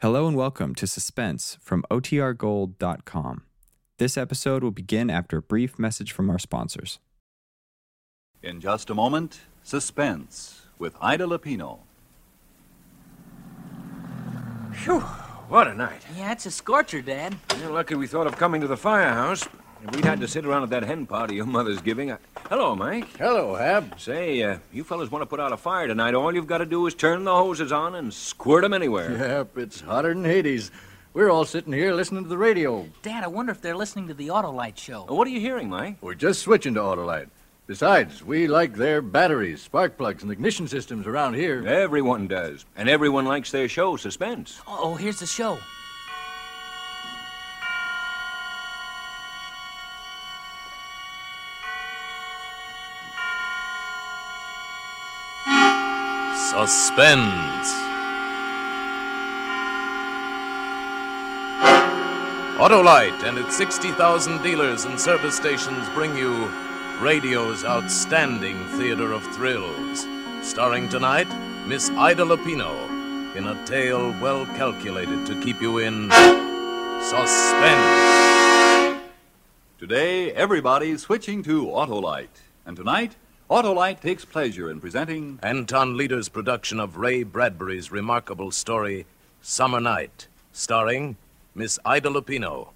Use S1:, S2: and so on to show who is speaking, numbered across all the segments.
S1: Hello and welcome to Suspense from OTRGold.com. This episode will begin after a brief message from our sponsors.
S2: In just a moment, Suspense with Ida Lupino.
S3: Phew, what a night.
S4: Yeah, it's a scorcher, Dad.
S3: You're lucky we thought of coming to the firehouse. If we'd had to sit around at that hen party your mother's giving. I... Hello, Mike.
S5: Hello, Hab.
S3: Say, uh, you fellas want to put out a fire tonight. All you've got to do is turn the hoses on and squirt 'em anywhere.
S5: Yep, it's hotter than Hades. We're all sitting here listening to the radio.
S4: Dad, I wonder if they're listening to the Autolite show.
S3: Uh, What are you hearing, Mike?
S5: We're just switching to Autolite. Besides, we like their batteries, spark plugs, and ignition systems around here.
S3: Everyone does. And everyone likes their show, Suspense.
S4: Oh, here's the show.
S6: Suspense. Autolite and its 60,000 dealers and service stations bring you radio's outstanding theater of thrills. Starring tonight, Miss Ida Lupino, in a tale well calculated to keep you in suspense.
S2: Today, everybody's switching to Autolite. And tonight, Autolite takes pleasure in presenting
S6: Anton Leder's production of Ray Bradbury's remarkable story, Summer Night, starring Miss Ida Lupino.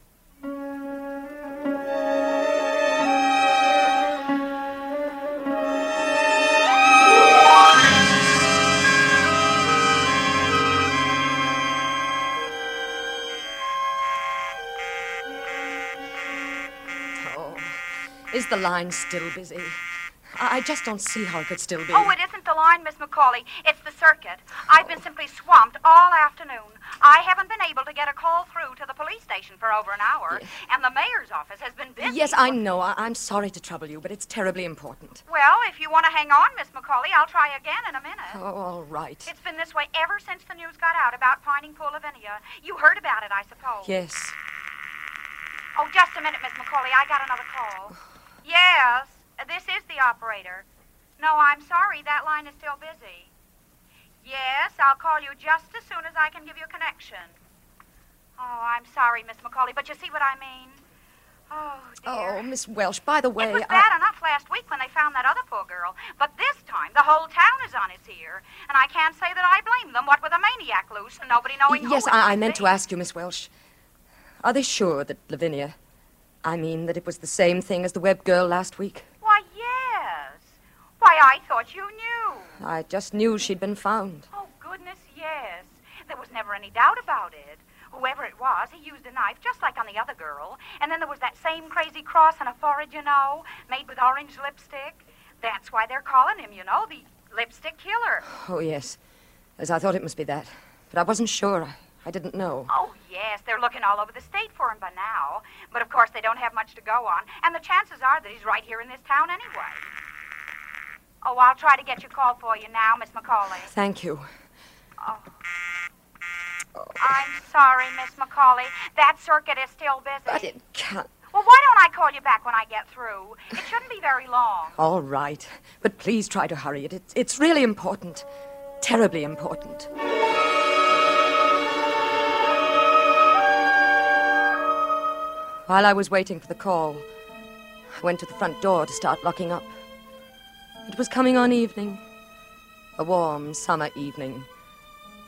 S7: Oh, is the line still busy? I I just don't see how it could still be.
S8: Oh, it isn't the line, Miss McCauley. It's the circuit. I've been simply swamped all afternoon. I haven't been able to get a call through to the police station for over an hour, and the mayor's office has been busy.
S7: Yes, I know. I- I'm sorry to trouble you, but it's terribly important.
S8: Well, if you want to hang on, Miss McCauley, I'll try again in a minute.
S7: Oh, all right.
S8: It's been this way ever since the news got out about Pining Pool, Lavinia. You heard about it, I suppose.
S7: Yes.
S8: Oh, just a minute, Miss McCauley. I got another call. Yes, this is the operator. No, I'm sorry. That line is still busy. Yes, I'll call you just as soon as I can give you a connection. Oh, I'm sorry, Miss McCauley, but you see what I mean? Oh, dear.
S7: Oh, Miss Welsh, by the way,
S8: It was
S7: I-
S8: bad enough last week when they found that other poor girl, but this time the whole town is on its ear, and I can't say that I blame them. What with a maniac loose and nobody knowing.
S7: Yes,
S8: who it
S7: I, I
S8: could
S7: meant
S8: be.
S7: to ask you, Miss Welsh. Are they sure that Lavinia. I mean, that it was the same thing as the web girl last week?
S8: Why, yes. Why, I thought you knew.
S7: I just knew she'd been found.
S8: Oh, goodness, yes. There was never any doubt about it. Whoever it was, he used a knife just like on the other girl. And then there was that same crazy cross on her forehead, you know, made with orange lipstick. That's why they're calling him, you know, the lipstick killer.
S7: Oh, yes. As I thought it must be that. But I wasn't sure. I, I didn't know.
S8: Oh, yes, they're looking all over the state for him by now. But of course, they don't have much to go on. And the chances are that he's right here in this town anyway. Oh, I'll try to get your call for you now, Miss McCauley.
S7: Thank you.
S8: I'm sorry, Miss McCauley. That circuit is still busy.
S7: But it can't.
S8: Well, why don't I call you back when I get through? It shouldn't be very long.
S7: All right, but please try to hurry it. It's, it's really important. Terribly important. While I was waiting for the call, I went to the front door to start locking up. It was coming on evening, a warm summer evening,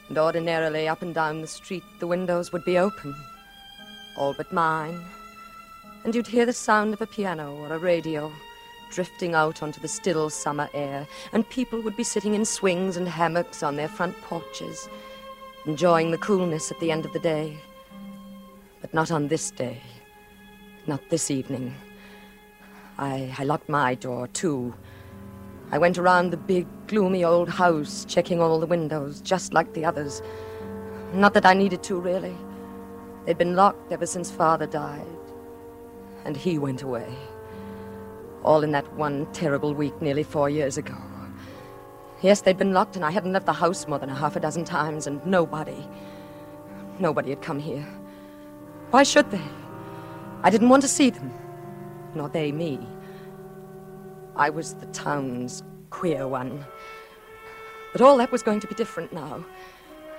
S7: and ordinarily up and down the street the windows would be open, all but mine, and you'd hear the sound of a piano or a radio drifting out onto the still summer air, and people would be sitting in swings and hammocks on their front porches, enjoying the coolness at the end of the day. But not on this day, not this evening. I, I locked my door, too. I went around the big, gloomy old house, checking all the windows, just like the others. Not that I needed to, really. They'd been locked ever since Father died, and he went away. All in that one terrible week nearly four years ago. Yes, they'd been locked, and I hadn't left the house more than a half a dozen times, and nobody. Nobody had come here. Why should they? I didn't want to see them, nor they me. I was the town's queer one. But all that was going to be different now.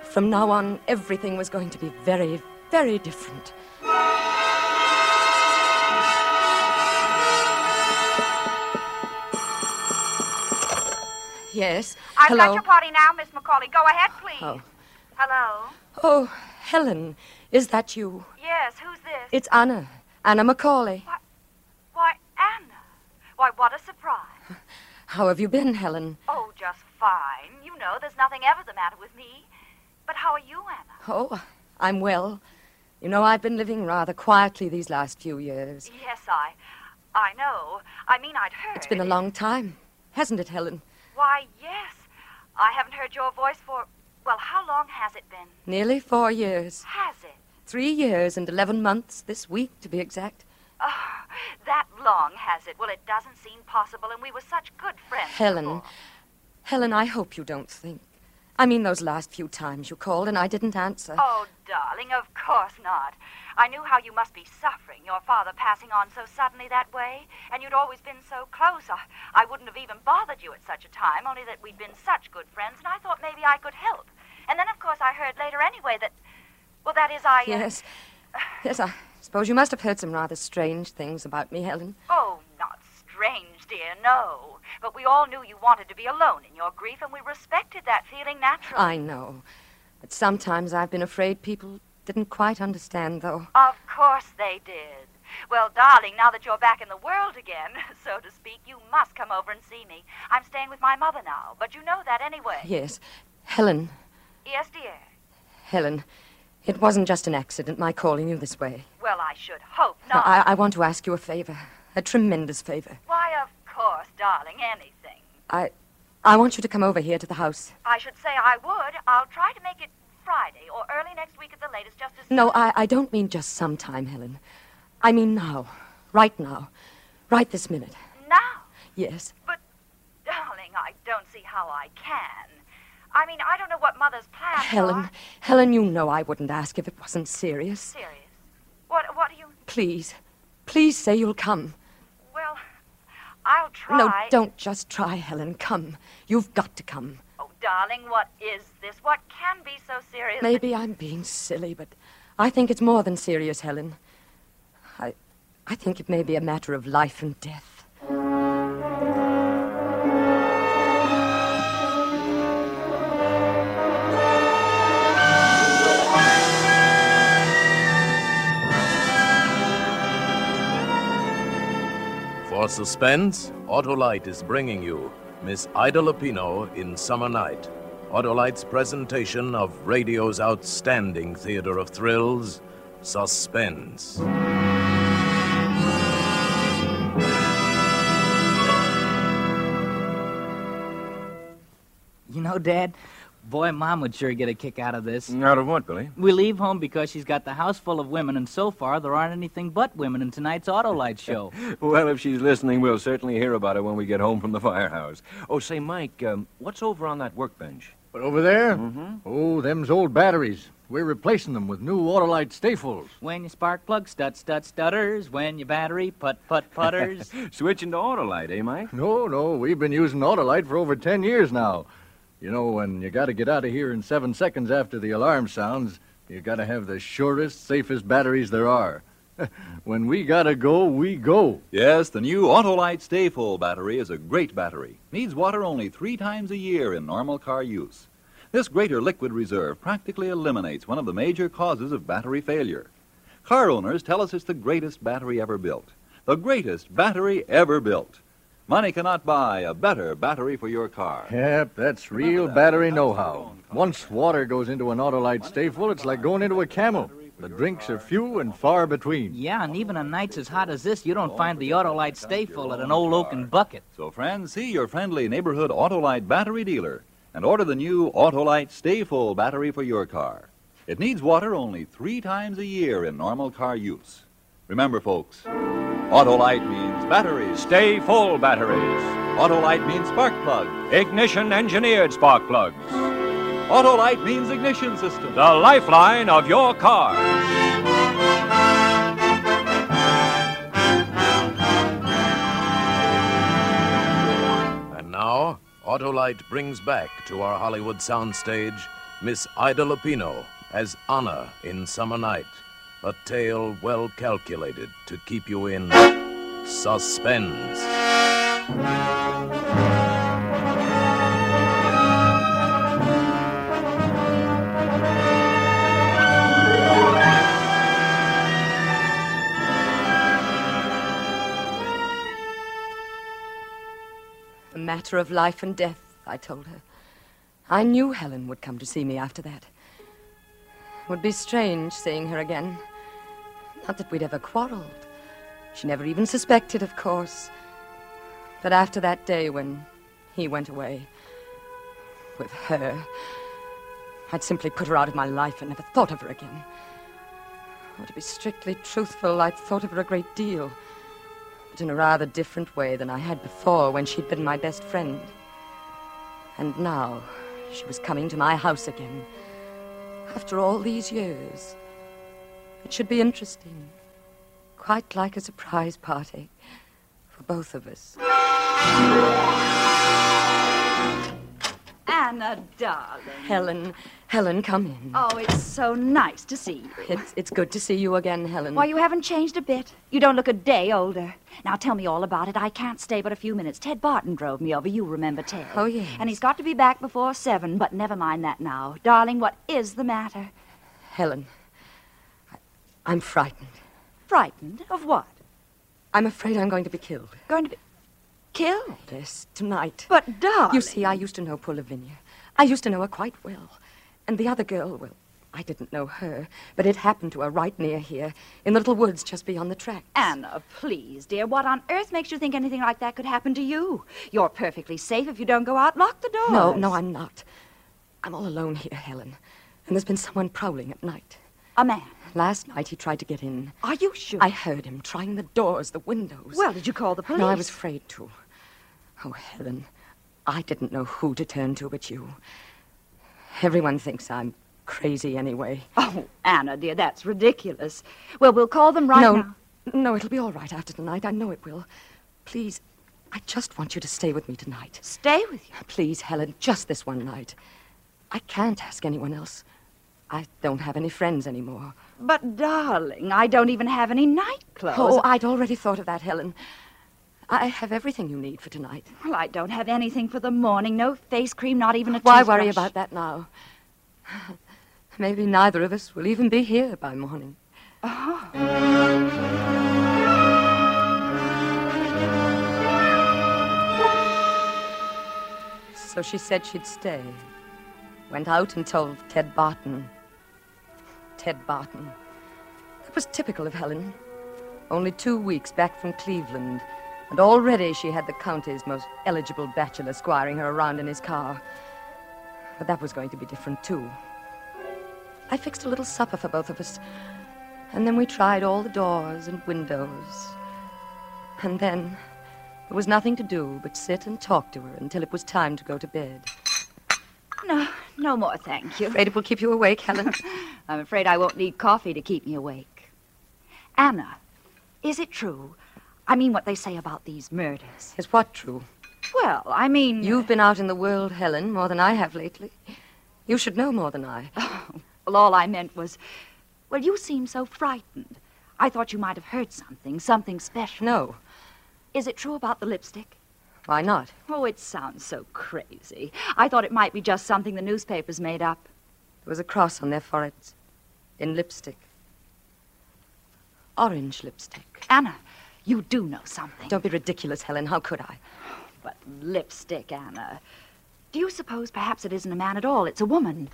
S7: From now on, everything was going to be very, very different. Yes.
S9: I've
S7: hello.
S9: got your party now, Miss McCauley. Go ahead, please.
S7: Oh.
S9: Hello?
S7: Oh, Helen, is that you?
S9: Yes, who's this?
S7: It's Anna. Anna Macaulay.
S9: Why, Anna. Why, what a surprise.
S7: How have you been, Helen?
S9: Oh, just fine. You know, there's nothing ever the matter with me. But how are you, Anna?
S7: Oh, I'm well. You know, I've been living rather quietly these last few years.
S9: Yes, I. I know. I mean, I'd heard.
S7: It's been a long time, hasn't it, Helen?
S9: Why, yes. I haven't heard your voice for. Well, how long has it been?
S7: Nearly four years.
S9: Has it?
S7: Three years and eleven months this week, to be exact.
S9: Oh, that long has it? Well, it doesn't seem possible, and we were such good friends.
S7: Helen,
S9: before.
S7: Helen, I hope you don't think. I mean, those last few times you called and I didn't answer.
S9: Oh, darling, of course not. I knew how you must be suffering, your father passing on so suddenly that way, and you'd always been so close. I, I wouldn't have even bothered you at such a time, only that we'd been such good friends, and I thought maybe I could help. And then, of course, I heard later anyway that. Well, that is, I. uh,
S7: yes. Yes, I suppose you must have heard some rather strange things about me, Helen.
S9: Oh, not strange, dear, no. But we all knew you wanted to be alone in your grief, and we respected that feeling naturally.
S7: I know. But sometimes I've been afraid people didn't quite understand, though.
S9: Of course they did. Well, darling, now that you're back in the world again, so to speak, you must come over and see me. I'm staying with my mother now, but you know that anyway.
S7: Yes. Helen,
S9: Yes, dear.
S7: Helen, it wasn't just an accident, my calling you this way.
S9: Well, I should hope
S7: Now,
S9: not.
S7: I, I want to ask you a favor, a tremendous favor.
S9: Why, of course, darling, anything.
S7: I, I want you to come over here to the house.
S9: I should say I would. I'll try to make it Friday or early next week at the latest, just as
S7: No, I, I don't mean just sometime, Helen. I mean now, right now, right this minute.
S9: now.
S7: Yes.
S9: But, darling, I don't see how I can. I mean, I don't know what Mother's plans
S7: Helen,
S9: are.
S7: Helen, you know I wouldn't ask if it wasn't serious.
S9: Serious. What, what do you...
S7: Please, please say you'll come.
S9: Well, I'll try.
S7: No, don't just try, Helen. Come. You've got to come.
S9: Oh, darling, what is this? What can be so serious? that-
S7: Maybe I'm being silly, but I think it's more than serious, Helen. I, I think it may be a matter of life and death.
S6: For suspense, Autolite is bringing you Miss Ida Lupino in Summer Night. Autolite's presentation of radio's outstanding theater of thrills, Suspense.
S4: You know, Dad, boy, Mom would sure get a kick out of this.
S3: Out of what, Billy?
S4: We leave home because she's got the house full of women, and so far there aren't anything but women in tonight's Autolite show.
S3: Well, if she's listening, we'll certainly hear about it when we get home from the firehouse. Oh, say, Mike, um, what's over on that workbench?
S5: But over there? Oh, them's old batteries. We're replacing them with new Autolite staples.
S4: when you spark plug, stut, stut, stutters. When you battery, putt, putt, putters.
S3: Switching to Autolite, eh, Mike?
S5: No, no, we've been using Autolite for over 10 years now. You know, when you got to get out of here in seven seconds after the alarm sounds, you got to have the surest, safest batteries there are. when we got to go, we go.
S2: Yes, the new Autolite Stay Full battery is a great battery. Needs water only three times a year in normal car use. This greater liquid reserve practically eliminates one of the major causes of battery failure. Car owners tell us it's the greatest battery ever built. The greatest battery ever built. Money cannot buy a better battery for your car.
S5: Yep, that's
S2: Remember
S5: real
S2: that.
S5: battery
S2: That's
S5: know
S2: our
S5: how.
S2: own contract.
S5: Once water goes into an Autolite stayful, it's like going into a camel. The drinks are few and far between.
S4: yeah, and even on nights as hot as this, you don't find the Autolite stay full at an old oaken bucket.
S2: So, friends, see your friendly neighborhood Autolite battery dealer and order the new Autolite Stay Full battery for your car. It needs water only three times a year in normal car use. Remember, folks, Autolite means batteries,
S3: Stay full batteries.
S2: Autolite means spark plug,
S3: Ignition engineered spark plugs.
S2: Autolite means ignition system.
S3: The lifeline of your car.
S6: And now, Autolite brings back to our Hollywood soundstage Miss Ida Lupino as Anna in Summer Night. A tale well calculated to keep you in suspense.
S7: A matter of life and death, I told her. I knew Helen would come to see me after that. It would be strange seeing her again. Not that we'd ever quarreled. She never even suspected, of course. But after that day when he went away with her, I'd simply put her out of my life and never thought of her again. Or to be strictly truthful, I'd thought of her a great deal but in a rather different way than I had before when she'd been my best friend. And now she was coming to my house again. After all these years, it should be interesting. Quite like a surprise party for both of us.
S9: Anna, darling.
S7: Helen, Helen, come in.
S9: Oh, it's so nice to see you.
S7: It's, it's good to see you again, Helen.
S9: Why, you haven't changed a bit. You don't look a day older. Now tell me all about it. I can't stay but a few minutes. Ted Barton drove me over. You remember Ted.
S7: Oh, yes.
S9: And he's got to be back before seven, but never mind that now. Darling, what is the matter?
S7: Helen, I, I'm frightened.
S9: Frightened? Of what?
S7: I'm afraid I'm going to be killed.
S9: Going to be killed?
S7: Yes, tonight.
S9: But, darling.
S7: You see, I used to know poor Lavinia. I used to know her quite well. And the other girl, well, I didn't know her, but it happened to her right near here, in the little woods just beyond the track.
S9: Anna, please, dear, what on earth makes you think anything like that could happen to you? You're perfectly safe if you don't go out. Lock the door.
S7: No, no, I'm not. I'm all alone here, Helen. And there's been someone prowling at night.
S9: A man.
S7: Last night he tried to get in.
S9: Are you sure?
S7: I heard him trying the doors, the windows.
S9: Well, did you call the police?
S7: No, I was afraid to. Oh, Helen, I didn't know who to turn to but you. Everyone thinks I'm crazy anyway.
S9: Oh, Anna, dear, that's ridiculous. Well, we'll call them right
S7: no,
S9: now.
S7: no, it'll be all right after tonight. I know it will. Please, I just want you to stay with me tonight.
S9: Stay with you.
S7: Please, Helen, just this one night. I can't ask anyone else. I don't have any friends anymore.
S9: But, darling, I don't even have any night clothes.
S7: Oh, I'd already thought of that, Helen. I have everything you need for tonight.
S9: Well, I don't have anything for the morning. No face cream, not even a
S7: Why
S9: toothbrush.
S7: worry about that now? Maybe neither of us will even be here by morning. So she said she'd stay. Went out and told Ted Barton. Ted Barton. That was typical of Helen. Only two weeks back from Cleveland, and already she had the county's most eligible bachelor squiring her around in his car. But that was going to be different, too. I fixed a little supper for both of us, and then we tried all the doors and windows. And then there was nothing to do but sit and talk to her until it was time to go to bed.
S9: No, no more, thank you.
S7: Afraid it will keep you awake, Helen.
S9: I'm afraid I won't need coffee to keep me awake. Anna, is it true? I mean what they say about these murders.
S7: Is what true?
S9: Well, I mean...
S7: You've been out in the world, Helen, more than I have lately. You should know more than I.
S9: Well, all I meant was... Well, you seem so frightened. I thought you might have heard something, something special.
S7: No.
S9: Is it true about the lipstick?
S7: Why not?
S9: Oh, it sounds so crazy. I thought it might be just something the newspapers made up.
S7: There was a cross on their foreheads. In lipstick. Orange lipstick.
S9: Anna, you do know something.
S7: Don't be ridiculous, Helen. How could I?
S9: But lipstick, Anna. Do you suppose perhaps it isn't a man at all? It's a woman.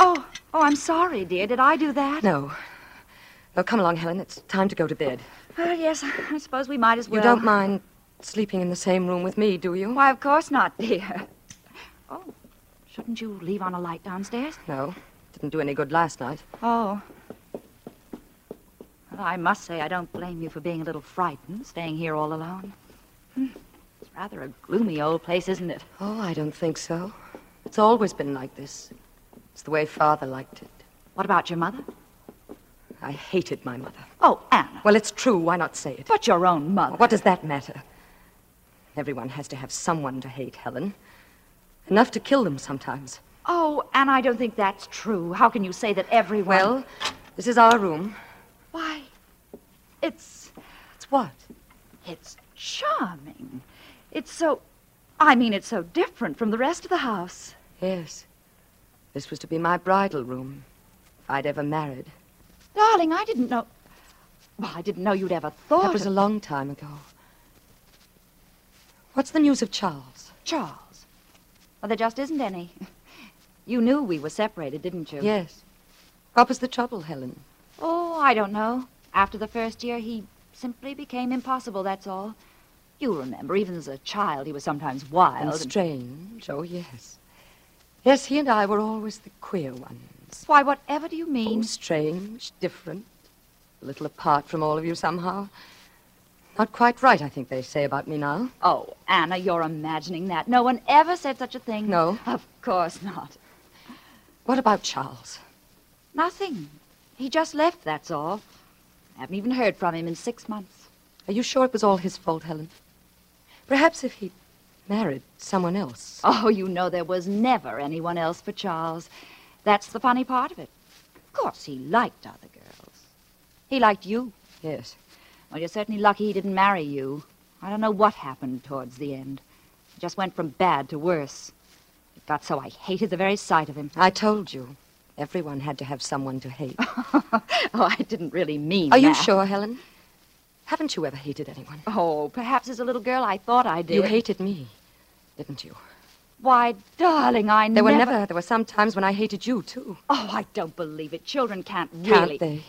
S9: Oh, oh, I'm sorry, dear. Did I do that?
S7: No. No, come along, Helen. It's time to go to bed.
S9: Oh, yes, I suppose we might as well.
S7: You don't mind sleeping in the same room with me, do you?
S9: Why, of course not, dear. Oh, shouldn't you leave on a light downstairs?
S7: No. Didn't do any good last night.
S9: Oh. Well, I must say, I don't blame you for being a little frightened, staying here all alone. Hmm. It's rather a gloomy old place, isn't it?
S7: Oh, I don't think so. It's always been like this. It's the way Father liked it.
S9: What about your mother?
S7: I hated my mother.
S9: Oh, Anna.
S7: Well, it's true. Why not say it?
S9: But your own mother.
S7: What does that matter? Everyone has to have someone to hate, Helen. Enough to kill them sometimes.
S9: Oh, Anna, I don't think that's true. How can you say that everyone.
S7: Well, this is our room.
S9: why? It's.
S7: It's what?
S9: It's charming. It's so. I mean, it's so different from the rest of the house.
S7: Yes. This was to be my bridal room. If I'd ever married.
S9: Darling, I didn't know. Well, I didn't know you'd ever thought.
S7: That was a
S9: of
S7: long time ago. What's the news of Charles?
S9: Charles. Well, there just isn't any. You knew we were separated, didn't you?
S7: Yes. What was the trouble, Helen?
S9: Oh, I don't know. After the first year, he simply became impossible, that's all. You remember, even as a child, he was sometimes wild.
S7: And
S9: and-
S7: strange, oh yes. Yes, he and I were always the queer ones.
S9: Why, whatever do you
S7: Oh,
S9: mean?
S7: strange, different. A little apart from all of you somehow. Not quite right, I think they say about me now.
S9: Oh, Anna, you're imagining that. No one ever said such a thing.
S7: No.
S9: Of course not.
S7: What about Charles?
S9: Nothing. He just left, that's all. Haven't even heard from him in six months.
S7: Are you sure it was all his fault, Helen? Perhaps if he married someone else.
S9: Oh, you know there was never anyone else for Charles. That's the funny part of it. Of course, he liked other girls. He liked you.
S7: Yes.
S9: Well, you're certainly lucky he didn't marry you. I don't know what happened towards the end. It just went from bad to worse. It got so I hated the very sight of him.
S7: I told you. Everyone had to have someone to hate.
S9: Oh, I didn't really mean
S7: Are you
S9: that.
S7: sure, Helen? Haven't you ever hated anyone?
S9: Oh, perhaps as a little girl I thought I did.
S7: You hated me, didn't you?
S9: Why, darling, I
S7: There were never. There were some times when I hated you too.
S9: Oh, I don't believe it. Children can't really.
S7: Can't they?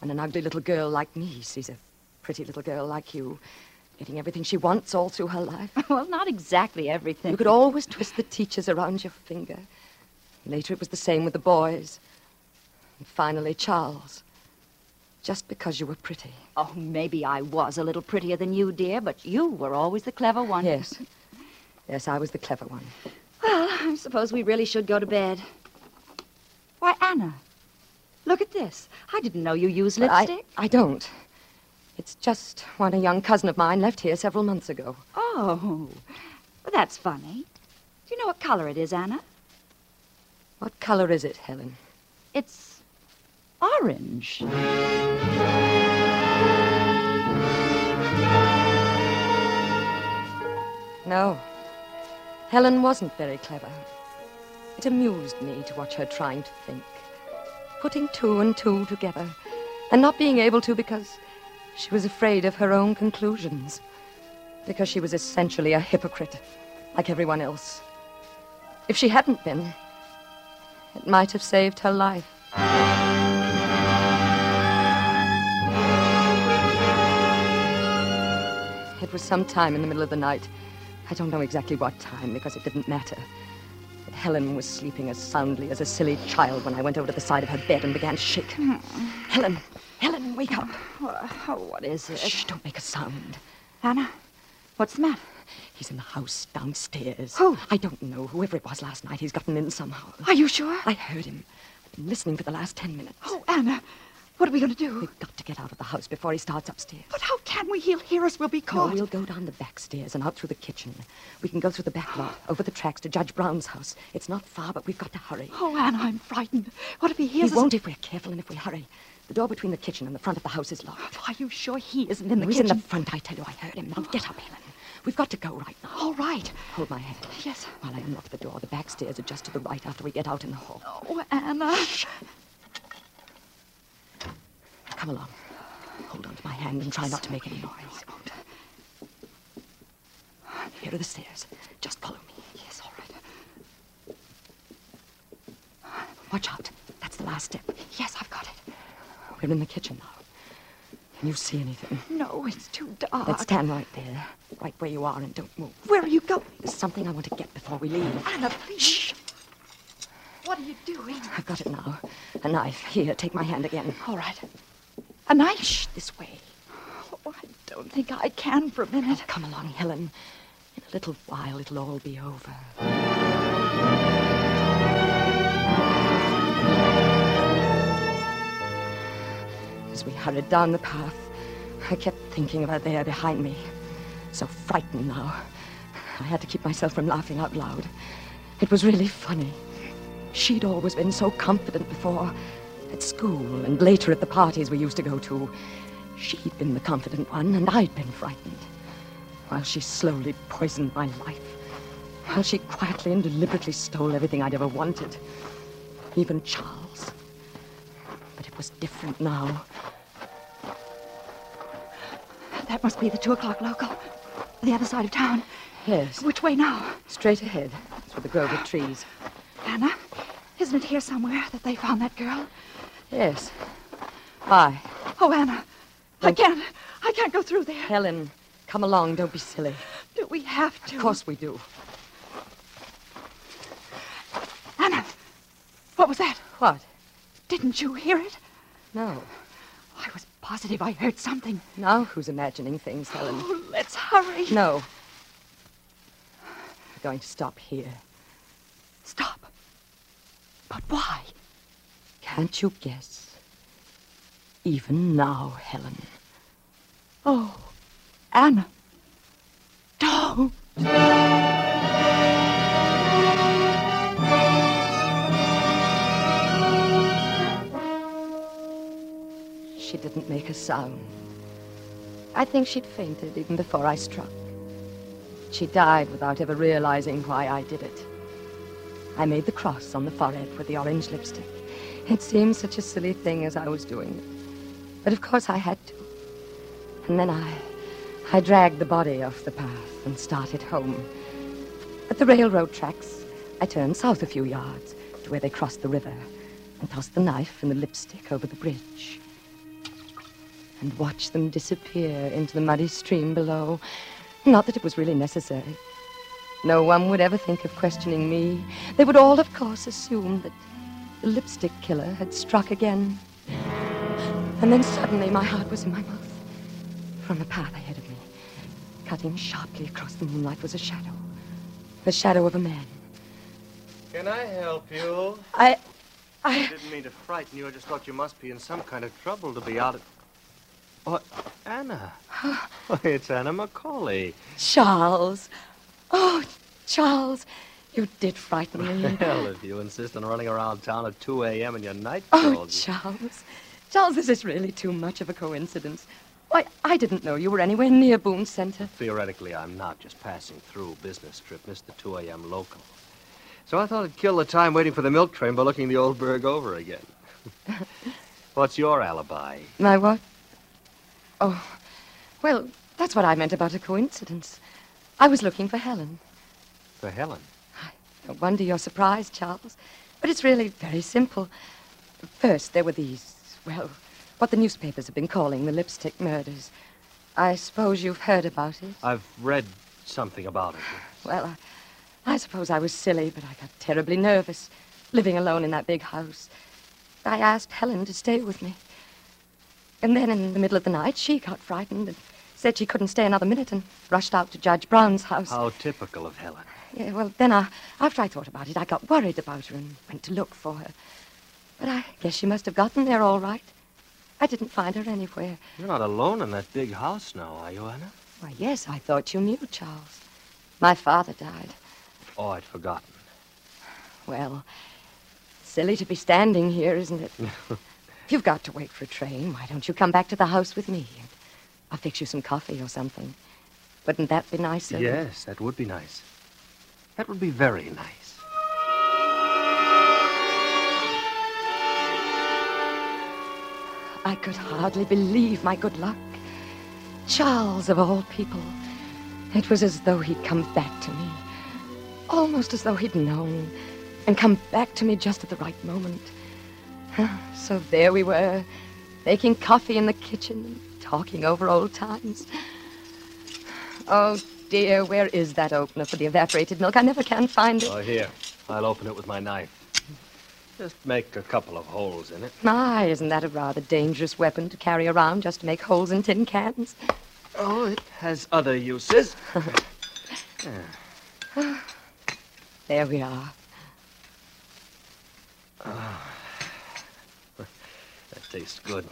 S7: When an ugly little girl like me sees a pretty little girl like you, getting everything she wants all through her life,
S9: Well, not exactly everything.
S7: you could always twist the teachers around your finger. Later, it was the same with the boys, and finally Charles. Just because you were pretty.
S9: Oh, maybe I was a little prettier than you, dear, but you were always the clever one.
S7: Yes. Yes, I was the clever one.
S9: I suppose we really should go to bed. Why, Anna, look at this. I didn't know you used
S7: But
S9: lipstick.
S7: I, I don't. It's just one a young cousin of mine left here several months ago.
S9: Oh, well, that's funny. Do you know what color it is, Anna?
S7: What color is it, Helen?
S9: It's orange.
S7: No. Helen wasn't very clever. It amused me to watch her trying to think, putting two and two together, and not being able to because she was afraid of her own conclusions, because she was essentially a hypocrite, like everyone else. If she hadn't been, it might have saved her life. It was some time in the middle of the night. I don't know exactly what time because it didn't matter. But Helen was sleeping as soundly as a silly child when I went over to the side of her bed and began to shake. Helen, Helen, wake up.
S9: Oh, what is it?
S7: Shh, don't make a sound.
S9: Anna, what's the matter?
S7: He's in the house downstairs.
S9: Who?
S7: I don't know. Whoever it was last night, he's gotten in somehow.
S9: Are you sure?
S7: I heard him. I've been listening for the last ten minutes.
S9: Oh, Anna, what are we going to do?
S7: We've got to get out of the house before he starts upstairs.
S9: But how can we? He'll hear us. We'll be
S7: No,
S9: caught.
S7: we'll go down the back stairs and out through the kitchen. We can go through the back lot, over the tracks to Judge Brown's house. It's not far, but we've got to hurry.
S9: Oh, Anna, I'm frightened. What if he
S7: we
S9: hears us?
S7: won't if we're careful and if we hurry. The door between the kitchen and the front of the house is locked.
S9: Are you sure he isn't in the
S7: No, he's
S9: kitchen?
S7: in the front, I tell you. I heard him. Now get up, Helen. We've got to go right now.
S9: All right.
S7: Hold my hand.
S9: Yes.
S7: While I unlock the door, the back stairs are just to the right after we get out in the hall.
S9: Oh, Anna.
S7: Come along. Hold on to my hand and try not to make any noise. Here are the stairs. Just follow me. Yes, all right. Watch out. That's the last step. Yes, I've got it. We're in the kitchen now. Can you see anything?
S9: No, it's too dark.
S7: Let's stand right there, right where you are, and don't move.
S9: Where are you going?
S7: There's something I want to get before we leave.
S9: Anna, please. Shh. What are you doing?
S7: I've got it now. A knife. Here, take my hand again.
S9: All right. A knife?
S7: Shh, this way.
S9: Oh, I don't think I can for a minute.
S7: Come along, Helen. In a little while, it'll all be over. As we hurried down the path, I kept thinking of her there behind me. So frightened now. I had to keep myself from laughing out loud. It was really funny. She'd always been so confident before. At school and later at the parties we used to go to. She'd been the confident one, and I'd been frightened. While she slowly poisoned my life. While she quietly and deliberately stole everything I'd ever wanted. Even Charles. But it was different now.
S9: Oh, That must be the two o'clock local. The other side of town.
S7: Yes,
S9: Which way now?
S7: straight ahead. Through the grove of trees.
S9: Anna, isn't it here somewhere that they found that girl?
S7: Yes. Why?
S9: Oh, Anna, I can't. I can't go through there.
S7: Helen, come along. Don't be silly.
S9: Do we have to?
S7: Of course we do.
S9: Anna, what was that?
S7: What?
S9: Didn't you hear it?
S7: No.
S9: I was positive I heard something.
S7: Now who's imagining things, Helen?
S9: Oh, let's hurry.
S7: Um. No. We're going to stop here.
S9: Stop. But why?
S7: Can't you guess? Even now, Helen.
S9: Oh, Anna. Don't.
S7: She didn't make a sound. I think she'd fainted even before I struck. She died without ever realizing why I did it. I made the cross on the forehead with the orange lipstick. It seemed such a silly thing as I was doing it. But of course I had to. And then I. I dragged the body off the path and started home. At the railroad tracks, I turned south a few yards to where they crossed the river and tossed the knife and the lipstick over the bridge and watch them disappear into the muddy stream below. Not that it was really necessary. No one would ever think of questioning me. They would all, of course, assume that the lipstick killer had struck again. And then suddenly my heart was in my mouth. From the path ahead of me, cutting sharply across the moonlight, was a shadow. The shadow of a man.
S10: Can I help you?
S7: I.
S10: I
S7: I.
S10: didn't mean to frighten you. I just thought you must be in some kind of trouble to be out at. Oh, Anna. Why, it's Anna Macaulay.
S7: Charles. Oh, Charles. You did frighten me.
S10: Hell, if you insist on running around town at 2 a.m. in your
S7: Oh,
S10: nightclothes.
S7: Charles. Charles, this is really too much of a coincidence. Why, I didn't know you were anywhere near Boone Center.
S10: Theoretically, I'm not just passing through business trip. Missed the 2 a.m. local. So I thought I'd kill the time waiting for the milk train by looking the old burg over again. What's your alibi?
S7: My what? Oh, well, that's what I meant about a coincidence. I was looking for Helen.
S10: For Helen.
S7: No wonder you're surprised, Charles. But it's really very simple. First, there were these, well, what the newspapers have been calling the lipstick murders. I suppose you've heard about it.
S10: I've read something about it.
S7: Well, I, I suppose I was silly, but I got terribly nervous living alone in that big house. I asked Helen to stay with me. And then in the middle of the night, she got frightened and said she couldn't stay another minute and rushed out to Judge Brown's house.
S10: How typical of Helen.
S7: Yeah, well, then I, after I thought about it, I got worried about her and went to look for her. But I guess she must have gotten there all right. I didn't find her anywhere.
S10: You're not alone in that big house now, are you, Anna?
S7: Why, yes, I thought you knew, Charles. My father died.
S10: Oh, I'd forgotten.
S7: Well, silly to be standing here, isn't it? You've got to wait for a train. Why don't you come back to the house with me? And I'll fix you some coffee or something. Wouldn't that be nicer?
S10: Yes, that would be nice. That would be very nice.
S7: I could hardly believe my good luck. Charles, of all people. It was as though he'd come back to me. Almost as though he'd known. And come back to me just at the right moment. So there we were, making coffee in the kitchen and talking over old times. Oh dear, where is that opener for the evaporated milk? I never can find it.
S10: Oh, here. I'll open it with my knife. Just make a couple of holes in it.
S7: My, isn't that a rather dangerous weapon to carry around just to make holes in tin cans?
S10: Oh, it has other uses.
S7: There we are.
S10: That tastes good.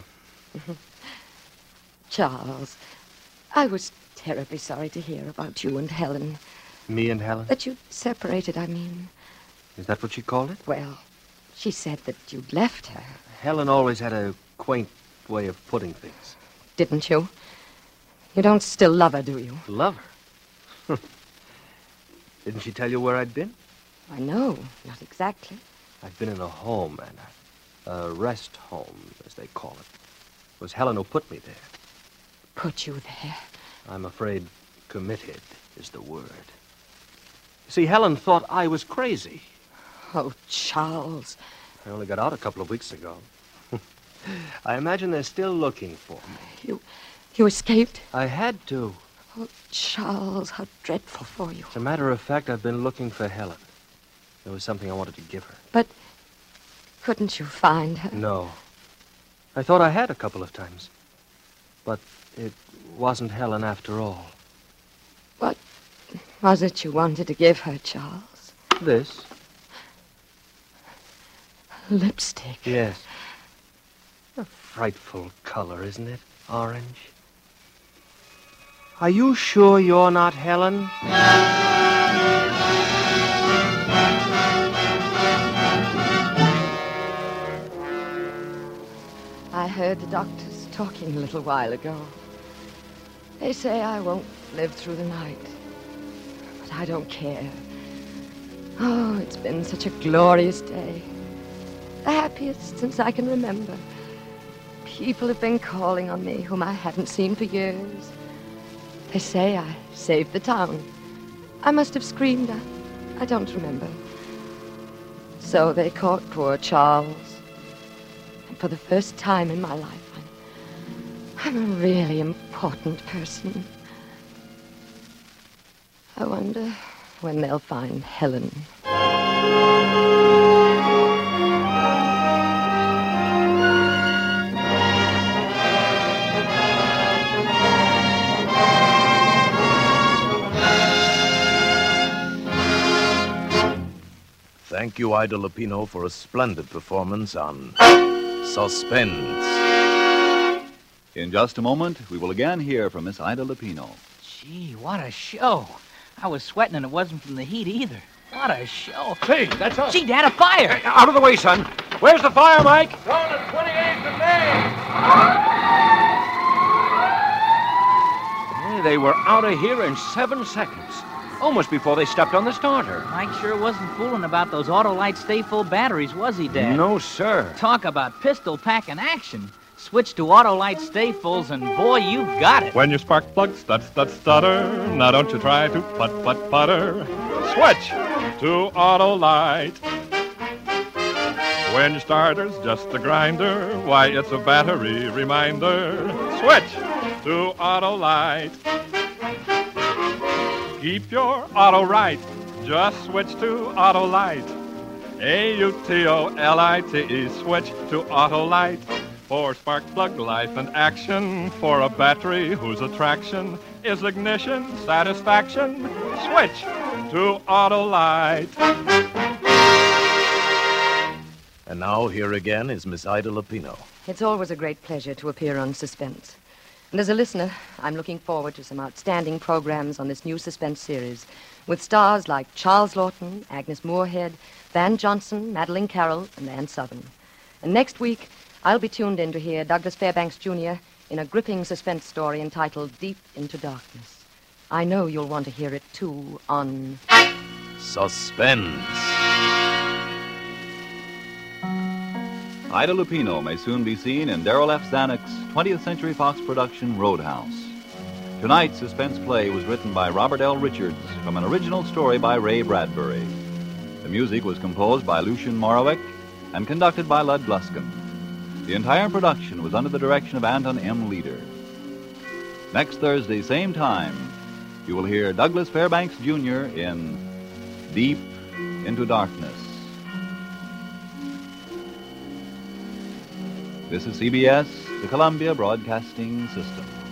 S7: Charles, I was terribly sorry to hear about you and Helen.
S10: Me and Helen?
S7: That you separated, I mean.
S10: Is that what she called it?
S9: Well, she said that you'd left her,
S10: Helen always had a quaint way of putting things.
S7: didn't you? You don't still love her, do you?
S10: Love her. Didn't she tell you where I'd been?
S7: I know, not exactly.
S10: I'd been in a home, Anna. A rest home, as they call it. It was Helen who put me there.
S7: Put you there.
S10: I'm afraid committed is the word. See, Helen thought I was crazy.
S7: Oh, Charles.
S10: I only got out a couple of weeks ago. I imagine they're still looking for me.
S7: You you escaped?
S10: I had to.
S7: Oh, Charles, how dreadful for you.
S10: As a matter of fact, I've been looking for Helen. There was something I wanted to give her.
S7: But couldn't you find her?
S10: No. I thought I had a couple of times. But it wasn't Helen after all.
S7: What was it you wanted to give her, Charles?
S10: This?
S7: Lipstick.
S10: Yes. A frightful color, isn't it? Orange. Are you sure you're not Helen?
S7: I heard the doctors talking a little while ago. They say I won't live through the night. But I don't care. Oh, it's been such a glorious day. The happiest since I can remember. People have been calling on me whom I haven't seen for years. They say I saved the town. I must have screamed. I, I don't remember. So they caught poor Charles. And for the first time in my life, I'm, I'm a really important person. I wonder when they'll find Helen.
S6: Thank you, Ida Lupino, for a splendid performance on Suspense.
S2: In just a moment, we will again hear from Miss Ida Lupino.
S4: Gee, what a show. I was sweating and it wasn't from the heat either. What a show.
S11: Hey, that's us.
S4: Gee, Dad, a fire!
S11: Out of the way, son. Where's the fire, Mike?
S12: Down at 28th and May.
S11: Hey, they were out of here in seven seconds. Almost before they stepped on the starter.
S4: Mike sure wasn't fooling about those Autolite stay full batteries, was he, Dad?
S11: No, sir.
S4: Talk about pistol packing action. Switch to Autolite stay fulls, and boy, you've got it.
S13: When your spark plug stuts, stut, stutter, now don't you try to putt, putt, putter. Switch to Autolite. When your starter's just a grinder, why, it's a battery reminder. Switch to Autolite. Keep your auto right. Just switch to Autolite. A-U-T-O-L-I-T-E. E, Switch to Autolite. For spark plug life and action. For a battery whose attraction is ignition satisfaction. Switch to Autolite.
S6: And now, here again is Miss Ida Lupino.
S7: It's always a great pleasure to appear on Suspense. And as a listener, I'm looking forward to some outstanding programs on this new suspense series with stars like Charles Lawton, Agnes Moorehead, Van Johnson, Madeline Carroll, and Ann Southern. And next week, I'll be tuned in to hear Douglas Fairbanks Jr. in a gripping suspense story entitled Deep into Darkness. I know you'll want to hear it too on.
S6: Suspense.
S2: Ida Lupino may soon be seen in Daryl F. Zanuck's 20th Century Fox production Roadhouse. Tonight's suspense play was written by Robert L. Richards from an original story by Ray Bradbury. The music was composed by Lucian Morowick and conducted by Lud Gluskin. The entire production was under the direction of Anton M. Leader. Next Thursday, same time, you will hear Douglas Fairbanks Jr. in Deep into Darkness. This is CBS, the Columbia Broadcasting System.